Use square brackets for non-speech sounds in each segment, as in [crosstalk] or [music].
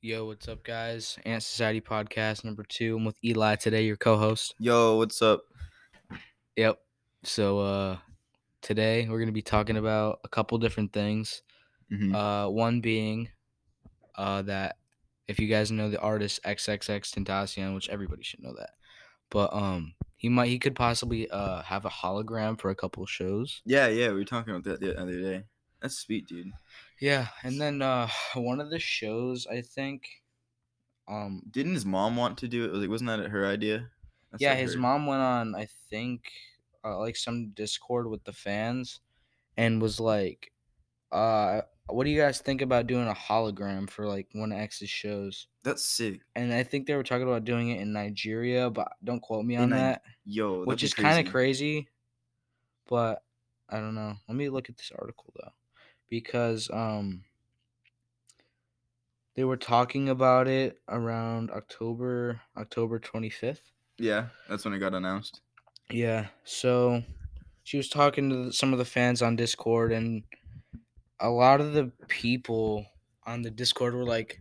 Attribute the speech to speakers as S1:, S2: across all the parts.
S1: Yo, what's up, guys? Ant Society Podcast number two. I'm with Eli today, your co-host.
S2: Yo, what's up?
S1: Yep. So uh, today we're gonna be talking about a couple different things.
S2: Mhm.
S1: Uh, one being uh, that if you guys know the artist XXX Tentacion, which everybody should know that, but um, he might he could possibly uh have a hologram for a couple of shows.
S2: Yeah, yeah, we were talking about that the other day. That's sweet, dude.
S1: Yeah, and then uh, [sighs] one of the shows I think, um,
S2: Didn't his mom want to do it? Like, wasn't that her idea? That's
S1: yeah,
S2: what I
S1: his
S2: heard.
S1: mom went on, I think, uh, like some Discord with the fans, and was like, "Uh, what do you guys think about doing a hologram for like one of X's shows?"
S2: That's sick.
S1: And I think they were talking about doing it in Nigeria, but don't quote me
S2: In
S1: on
S2: Ni-
S1: that,
S2: Yo, that'd
S1: which
S2: be
S1: is kind of crazy. But I don't know. Let me look at this article though, because um, they were talking about it around October October twenty fifth.
S2: Yeah, that's when it got announced.
S1: Yeah. So she was talking to some of the fans on Discord, and a lot of the people on the Discord were like,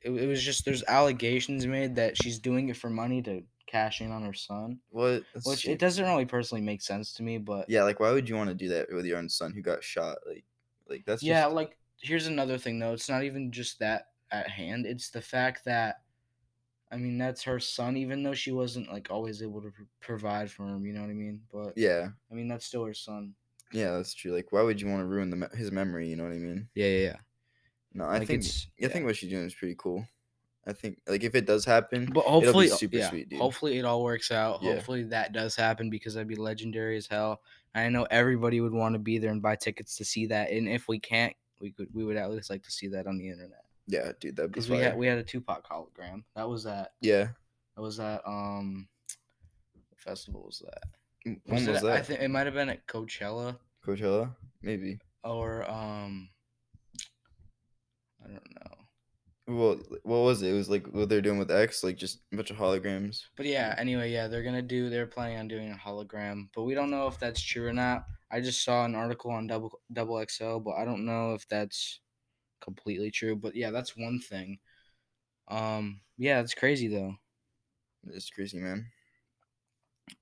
S1: it, it was just there's allegations made that she's doing it for money to cash in on her son,
S2: What?
S1: which it doesn't really personally make sense to me, but
S2: Yeah, like, why would you want to do that with your own son who got shot? Like, like that's
S1: yeah,
S2: just-
S1: like here's another thing though. It's not even just that at hand. It's the fact that I mean that's her son, even though she wasn't like always able to pr- provide for him. You know what I mean? But
S2: yeah,
S1: I mean that's still her son.
S2: yeah, that's true. Like, why would you want to ruin the me- his memory? You know what I mean?
S1: Yeah, yeah, yeah.
S2: No, I
S1: Like,
S2: think
S1: it's-
S2: I think what she's doing is pretty cool. I think like if it does happen, [laughs]
S1: But hopefully,
S2: super
S1: yeah,
S2: sweet, dude.
S1: hopefully it all works out.
S2: Yeah.
S1: Hopefully that does happen because that'd be legendary as hell. And I know everybody would want to be there and buy tickets to see that. And if we can't, we could we would at least like to see that on the internet
S2: yeah, dude, that'd be
S1: because
S2: fire.
S1: we had we had a Tupac hologram. That was that.
S2: yeah,
S1: That was that. Um, what festival was that?
S2: Mm, when
S1: it
S2: was
S1: at-
S2: that?
S1: I think it might have been at Coachella
S2: Coachella, maybe.
S1: or um, I don't know.
S2: Well, what was it? It was like what they're doing with X, like just a bunch of holograms.
S1: But yeah, anyway, yeah, they're gonna do. They're planning on doing a hologram, but we don't know if that's true or not. I just saw an article on double double XL, but I don't know if that's completely true. But yeah, that's one thing. Um, yeah, it's crazy though.
S2: It's crazy, man.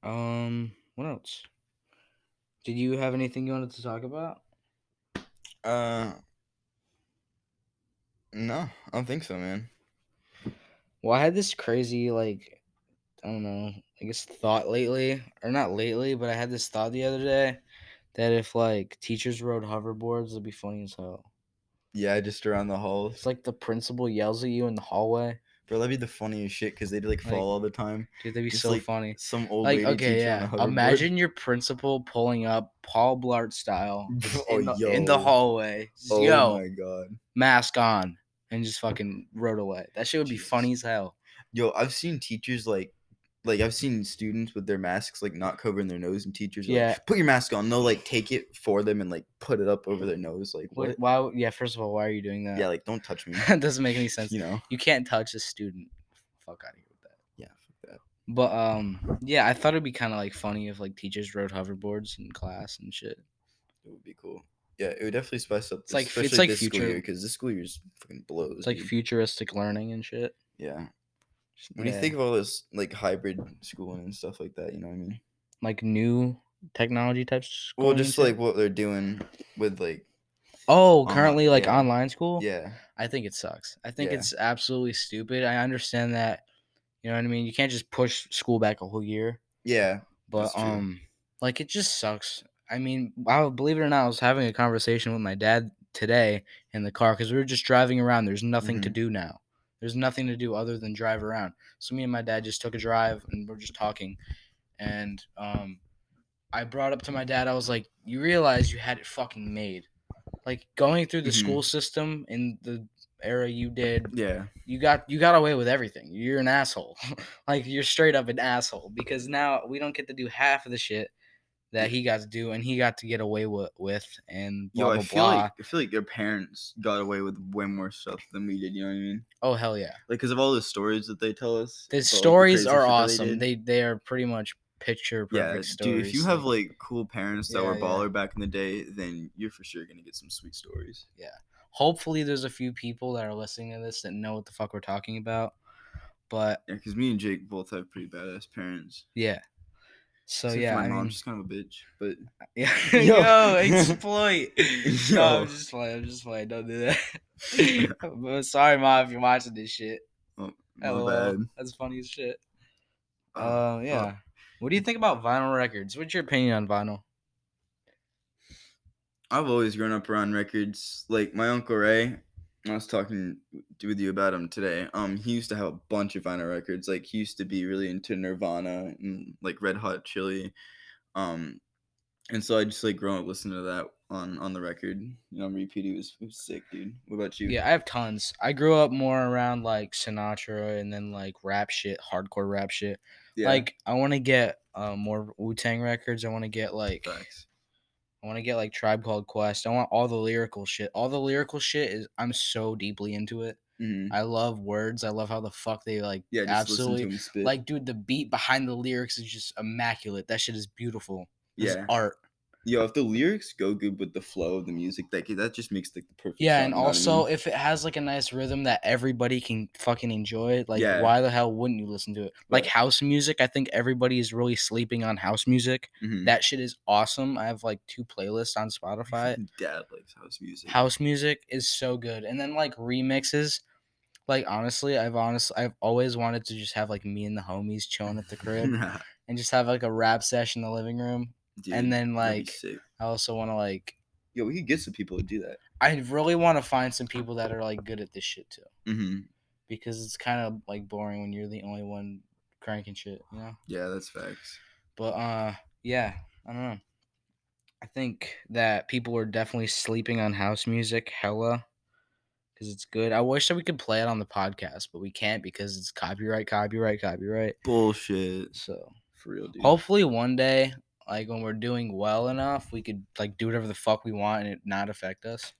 S1: Um, what else? Did you have anything you wanted to talk about?
S2: Uh, no, I don't think so, man.
S1: Well, I had this crazy like, I don't know, I guess thought lately, or not lately, but I had this thought the other day that if like teachers rode hoverboards, it'd be funny as hell.
S2: Yeah, just around the halls.
S1: It's like the principal yells at you in the hallway.
S2: Bro, that'd be the funniest shit because they'd like fall
S1: Like-
S2: all the time.
S1: Dude, that'd be
S2: Just
S1: so
S2: like
S1: funny.
S2: Some old
S1: Like,
S2: lady
S1: okay,
S2: teacher on a
S1: yeah.
S2: hoverboard.
S1: Imagine your principal pulling up Paul Blart
S2: [laughs]
S1: style [laughs] just
S2: Oh,
S1: in, the, in the
S2: yo.
S1: hallway. Just,
S2: Oh
S1: yo,
S2: my god.
S1: mask on. And just fucking rode away. That shit would be
S2: Jesus.
S1: funny as hell.
S2: Yo, I've seen teachers like, like I've seen students with their masks like not covering their nose, and teachers are like,
S1: Yeah.
S2: put your mask on. And they'll like take it for them and like put it up over their nose. Like
S1: Why?
S2: what?
S1: why would- yeah, first of all, why are you doing that? [laughs]
S2: Yeah, like don't touch me.
S1: that doesn't make any sense.
S2: You know.
S1: You can't touch a student. Fuck out of here with that.
S2: Yeah, fuck that.
S1: But um, yeah, I thought it'd be kind of like funny if like teachers rode hoverboards in class and shit.
S2: It would be cool. Yeah, it would definitely spice up.
S1: It's like fu- it's
S2: especially
S1: like
S2: this school
S1: future-
S2: year because this school year's fucking blows.
S1: It's like
S2: dude.
S1: futuristic learning and shit.
S2: yeah. When you
S1: Yeah.
S2: think of all this like hybrid schooling and stuff like that, you know what I mean?
S1: like new technology type school?
S2: Well, just like what they're doing with like
S1: oh,
S2: online-
S1: currently like
S2: yeah.
S1: online school.
S2: yeah,
S1: I think it sucks. I think
S2: Yeah.
S1: it's absolutely stupid. I understand that. You know what I mean. You can't just push school back a whole year,
S2: yeah,
S1: but
S2: That's true.
S1: um, like it just sucks. I mean, I believe it or not, I was having a conversation with my dad today in the car because we were just driving around. There's nothing
S2: Mm-hmm.
S1: to do now. There's nothing to do other than drive around. So me and my dad just took a drive and we're just talking, and um, I brought up to my dad, I was like, you realize you had it fucking made. Like going through the
S2: Mhm.
S1: school system in the era you did,
S2: yeah.
S1: you got you got away with everything. You're an asshole. [laughs] like you're straight up an asshole because now we don't get to do half of the shit that he got to do and he got to get away with, with and blah
S2: Yo,
S1: blah
S2: I feel
S1: blah.
S2: like I feel like their parents got away with way more stuff than we did. You know what I mean?
S1: oh hell yeah.
S2: Like because of all the stories that they tell us.
S1: The
S2: about, like, the
S1: stories
S2: crazy
S1: are
S2: shit that
S1: awesome.
S2: did.
S1: They they are pretty much picture perfect
S2: yeah,
S1: stories.
S2: dude. If you have like cool parents that were
S1: Yeah, yeah.
S2: baller back in the day, then you're for sure gonna get some sweet stories.
S1: Hopefully, there's a few people that are listening to this that know what the fuck we're talking about. But
S2: Yeah, because me and Jake both have pretty badass parents.
S1: yeah, so
S2: Except for
S1: yeah,
S2: my
S1: I
S2: mom's
S1: mean,
S2: just kind of a bitch. But
S1: yeah, [laughs]
S2: Yo.
S1: yo,
S2: [laughs]
S1: exploit. No,
S2: Yo.
S1: I'm just playing. I'm just playing. Don't do that. [laughs] but sorry, mom, if you're watching this shit.
S2: my
S1: LOL.
S2: bad.
S1: That's funny as shit.
S2: Uh,
S1: Uh, yeah. What do you think about vinyl records? What's your opinion on vinyl?
S2: I've always grown up around records. Like my uncle Ray, I was talking to- with you about him today. Um, he used to have a bunch of vinyl records. Like he used to be really into Nirvana and like Red Hot Chili. Um, and so I just like grown up listening to that on on the record. You know, on repeat. It was, it was sick, dude. What about you?
S1: Yeah, I have tons. I grew up more around like Sinatra and then like rap shit, hardcore rap shit.
S2: Yeah,
S1: Like I want to get uh, more Wu Tang records. I want to get like
S2: facts.
S1: I want to get like Tribe Called Quest. I want all the lyrical shit. All the lyrical shit is I'm so deeply into it.
S2: Mhm.
S1: I love words. I love how the fuck they like
S2: Yeah, just
S1: absolutely [laughs]
S2: listen to him spit.
S1: like dude the beat behind the lyrics is just immaculate. That shit is beautiful. It's
S2: yeah,
S1: art.
S2: yo, if the lyrics go good with the flow of the music, that that just makes like the perfect.
S1: Yeah,
S2: song,
S1: and
S2: you know what I
S1: also
S2: mean?
S1: if it has like a nice rhythm that everybody can fucking enjoy, like
S2: Yeah.
S1: why the hell wouldn't you listen to it? Like
S2: Right.
S1: house music, I think everybody is really sleeping on house music.
S2: Mhm.
S1: That shit is awesome. I have like two playlists on
S2: My
S1: Spotify.
S2: fucking dad likes house music. [laughs]
S1: House music is so good. And then like remixes. Like honestly, I've honest I've always wanted to just have like me and the homies chilling at the crib
S2: Nah,
S1: and just have like a rap session in the living room.
S2: dude,
S1: and then
S2: that'd
S1: like
S2: be sick.
S1: I also want to like
S2: yo, we could get some people to do that.
S1: I really want to find some people that are like good at this shit too.
S2: Mm-hmm.
S1: because it's kind of like boring when you're the only one cranking shit, you know.
S2: Yeah, that's facts.
S1: But uh, yeah, I don't know. I think that people are definitely sleeping on house music hella because it's good. I wish that we could play it on the podcast, but we can't because it's copyright, copyright, copyright.
S2: Bullshit,
S1: So
S2: for real, dude.
S1: hopefully one day, like when we're doing well enough, we could like do whatever the fuck we want and it not affect us.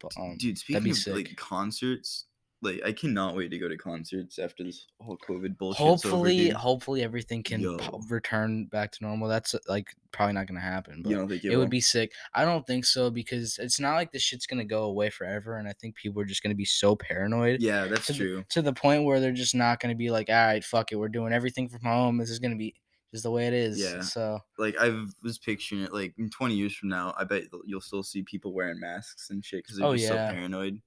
S1: But um,
S2: dude,
S1: be
S2: speaking of like
S1: sick.
S2: concerts, like I cannot wait to go to concerts after this whole COVID bullshit.
S1: hopefully
S2: over, dude.
S1: hopefully everything can
S2: Yo.
S1: po- return back to normal that's uh, like probably not gonna happen but
S2: you don't think
S1: it,
S2: it, will?
S1: would be sick i don't think so because it's not like this shit's gonna go away forever and i think people are just gonna be so paranoid
S2: Yeah, that's
S1: to the-
S2: true.
S1: to the point where they're just not gonna be like all right fuck it we're doing everything from home this is gonna be just the way it is
S2: Yeah.
S1: so
S2: Like I was picturing it. Like in 20 years from now, I bet you'll still see people wearing masks and shit because they're
S1: Oh,
S2: just
S1: yeah.
S2: so paranoid.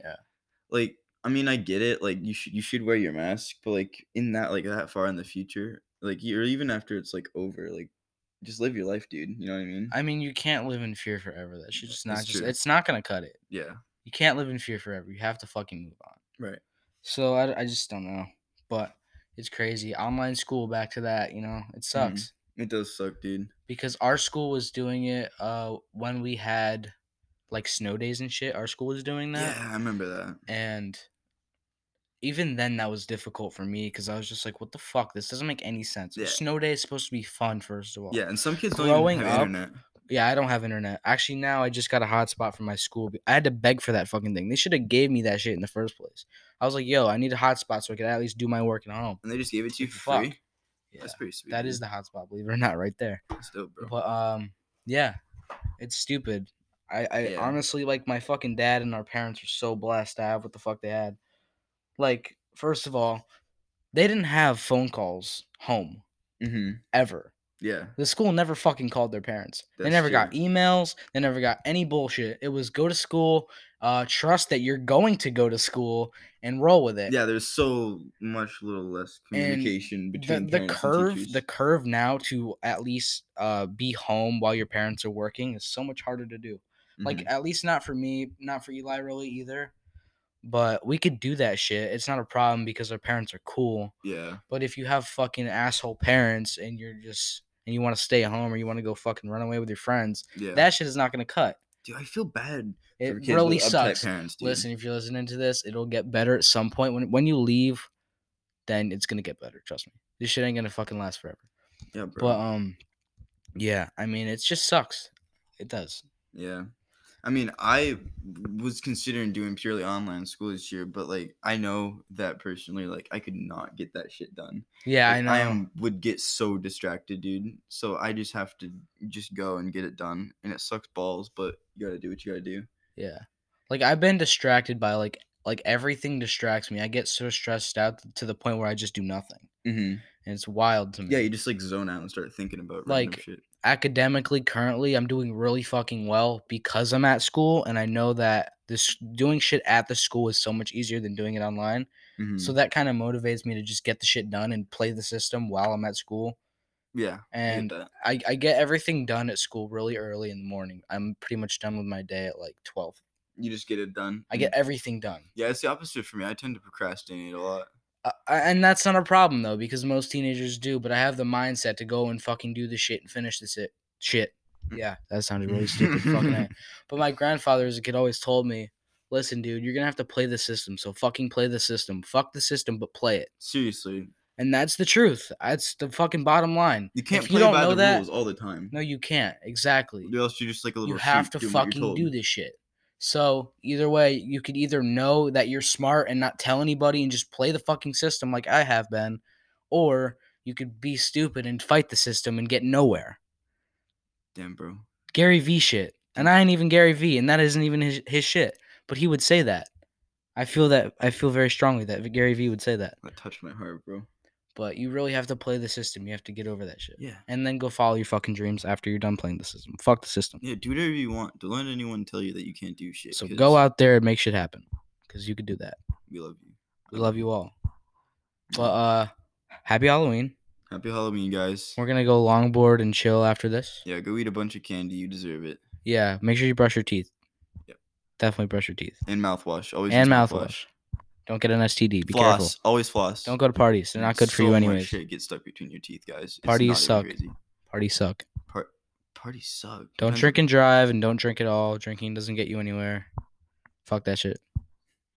S1: Yeah.
S2: Like I mean, I get it. Like you should you should wear your mask, but like in that like that far in the future, like you're even after it's like over, like just live your life, dude. You know what I mean?
S1: i mean you can't live in fear forever that shit's just not
S2: That's
S1: just
S2: true.
S1: it's not gonna cut it
S2: yeah.
S1: you can't live in fear forever you have to fucking move on
S2: Right.
S1: So I, I just don't know. But it's crazy. Online school, back to that, you know,
S2: Mm-hmm.
S1: it sucks.
S2: It does suck, dude.
S1: Because our school was doing it uh, when we had like snow days and shit. Our school was doing that.
S2: Yeah, I remember that.
S1: And even then, that was difficult for me because I was just like, what the fuck? This doesn't make any sense. A
S2: Yeah.
S1: Snow day is supposed to be fun, first of all.
S2: Yeah, and some kids don't
S1: growing
S2: even have
S1: up-
S2: internet.
S1: Yeah, I don't have internet. Actually, now I just got a hotspot from my school. but I had to beg for that fucking thing. They should have gave me that shit in the first place. I was like, yo, I need a hotspot so I could at least do my work at home.
S2: And they just gave it to you for
S1: Fuck.
S2: free.
S1: Yeah.
S2: That's pretty sweet.
S1: That is the hotspot, believe it or not, right there.
S2: the dope, bro.
S1: But um, yeah, it's stupid. I, I
S2: Yeah.
S1: honestly like my fucking dad and our parents are so blessed to have what the fuck they had. Like, first of all, they didn't have phone calls home
S2: mm-hmm.
S1: ever.
S2: Yeah.
S1: The school never fucking called their parents. they
S2: That's
S1: never got
S2: true.
S1: emails. They never got any bullshit. It was go to school, uh, trust that you're going to go to school and roll with it.
S2: Yeah, there's so much little less
S1: Eh, And
S2: communication
S1: the,
S2: between
S1: the
S2: parents and
S1: curve
S2: teachers.
S1: the curve now to at least uh, be home while your parents are working is so much harder to do like
S2: Mhm.
S1: at least not for me not for eli really either but we could do that shit it's not a problem because our parents are cool
S2: Mm-hmm. yeah,
S1: but if you have fucking asshole parents and you're just and you want to stay home or you want to go fucking run away with your friends
S2: yeah.
S1: that shit is not going to cut
S2: dude, I feel bad.
S1: it
S2: for kids
S1: really
S2: with uptight
S1: sucks
S2: Parents, dude.
S1: listen if you're listening to this it'll get better at some point when when you leave then it's going to get better trust me this shit ain't going to fucking last forever
S2: yeah, bro.
S1: but um yeah i mean it just sucks it does
S2: yeah, I mean, I was considering doing purely online school this year, but like, I know that personally, like, I could not get that shit done.
S1: yeah
S2: Like,
S1: i know
S2: am would get so distracted, dude. So I just have to just go and get it done, and it sucks balls, but you gotta do what you gotta do.
S1: Yeah. Like I've been distracted by like like everything distracts me. I get so stressed out to the point where I just do nothing.
S2: hmm
S1: And it's wild to me.
S2: Yeah, you just like zone out and start thinking about random
S1: Like,
S2: shit.
S1: academically currently I'm doing really fucking well because I'm at school and I know that this doing shit at the school is so much easier than doing it online.
S2: Mhm.
S1: So that kind of motivates me to just get the shit done and play the system while I'm at school.
S2: yeah, I get
S1: And
S2: that.
S1: I, I get everything done at school really early in the morning. I'm pretty much done with my day at like twelve.
S2: you just get it done.
S1: I
S2: Mhm.
S1: get everything done.
S2: Yeah, it's the opposite for me. I tend to procrastinate a lot.
S1: Uh, and that's not a problem though, because most teenagers do. But I have the mindset to go and fucking do the shit and finish this it shit.
S2: Mm.
S1: Yeah, that sounded really stupid.
S2: [laughs]
S1: fucking A. But my grandfather as a kid always told me, "Listen, dude, you're gonna have to play the system. So fucking play the system. Fuck the system, but play it."
S2: Seriously,
S1: And that's the truth. That's the fucking bottom line.
S2: you can't
S1: If you
S2: play
S1: don't
S2: by
S1: know
S2: the
S1: that-
S2: rules all the time.
S1: No, you can't. Exactly.
S2: Or else you're just like a little.
S1: You have
S2: sheep
S1: to
S2: doing what you're
S1: fucking
S2: told.
S1: do this shit. So either way, you could either know that you're smart and not tell anybody and just play the fucking system like I have been, or you could be stupid and fight the system and get nowhere.
S2: Damn, bro.
S1: Gary V shit. And I ain't even Gary V, and that isn't even his, his shit. But he would say that. I feel that I feel very strongly that Gary V would say that.
S2: That touched my heart, bro.
S1: But you really have to play the system. You have to get over that shit.
S2: Yeah.
S1: And then go follow your fucking dreams after you're done playing the system. Fuck the system.
S2: Yeah, do whatever you want. Don't let anyone tell you that you can't do shit.
S1: So
S2: 'cause
S1: go out there and make shit happen. Because you could do that.
S2: We love you.
S1: We love you all. But uh happy Halloween.
S2: Happy Halloween, guys.
S1: We're gonna go longboard and chill after this.
S2: Yeah, go eat a bunch of candy. You deserve it.
S1: Yeah, make sure you brush your teeth.
S2: Yep.
S1: Definitely brush your teeth.
S2: And mouthwash. Always
S1: and
S2: use
S1: mouthwash. Don't get an STD. Be
S2: floss.
S1: careful.
S2: Always floss.
S1: Don't go to parties. They're not good for
S2: So
S1: you
S2: much
S1: anyways.
S2: Shit gets stuck between your teeth, guys. It's
S1: Parties suck.
S2: not even Crazy.
S1: Parties suck.
S2: Par- parties suck.
S1: Don't
S2: Depends-
S1: drink and drive and don't drink at all. Drinking doesn't get you anywhere. Fuck that shit.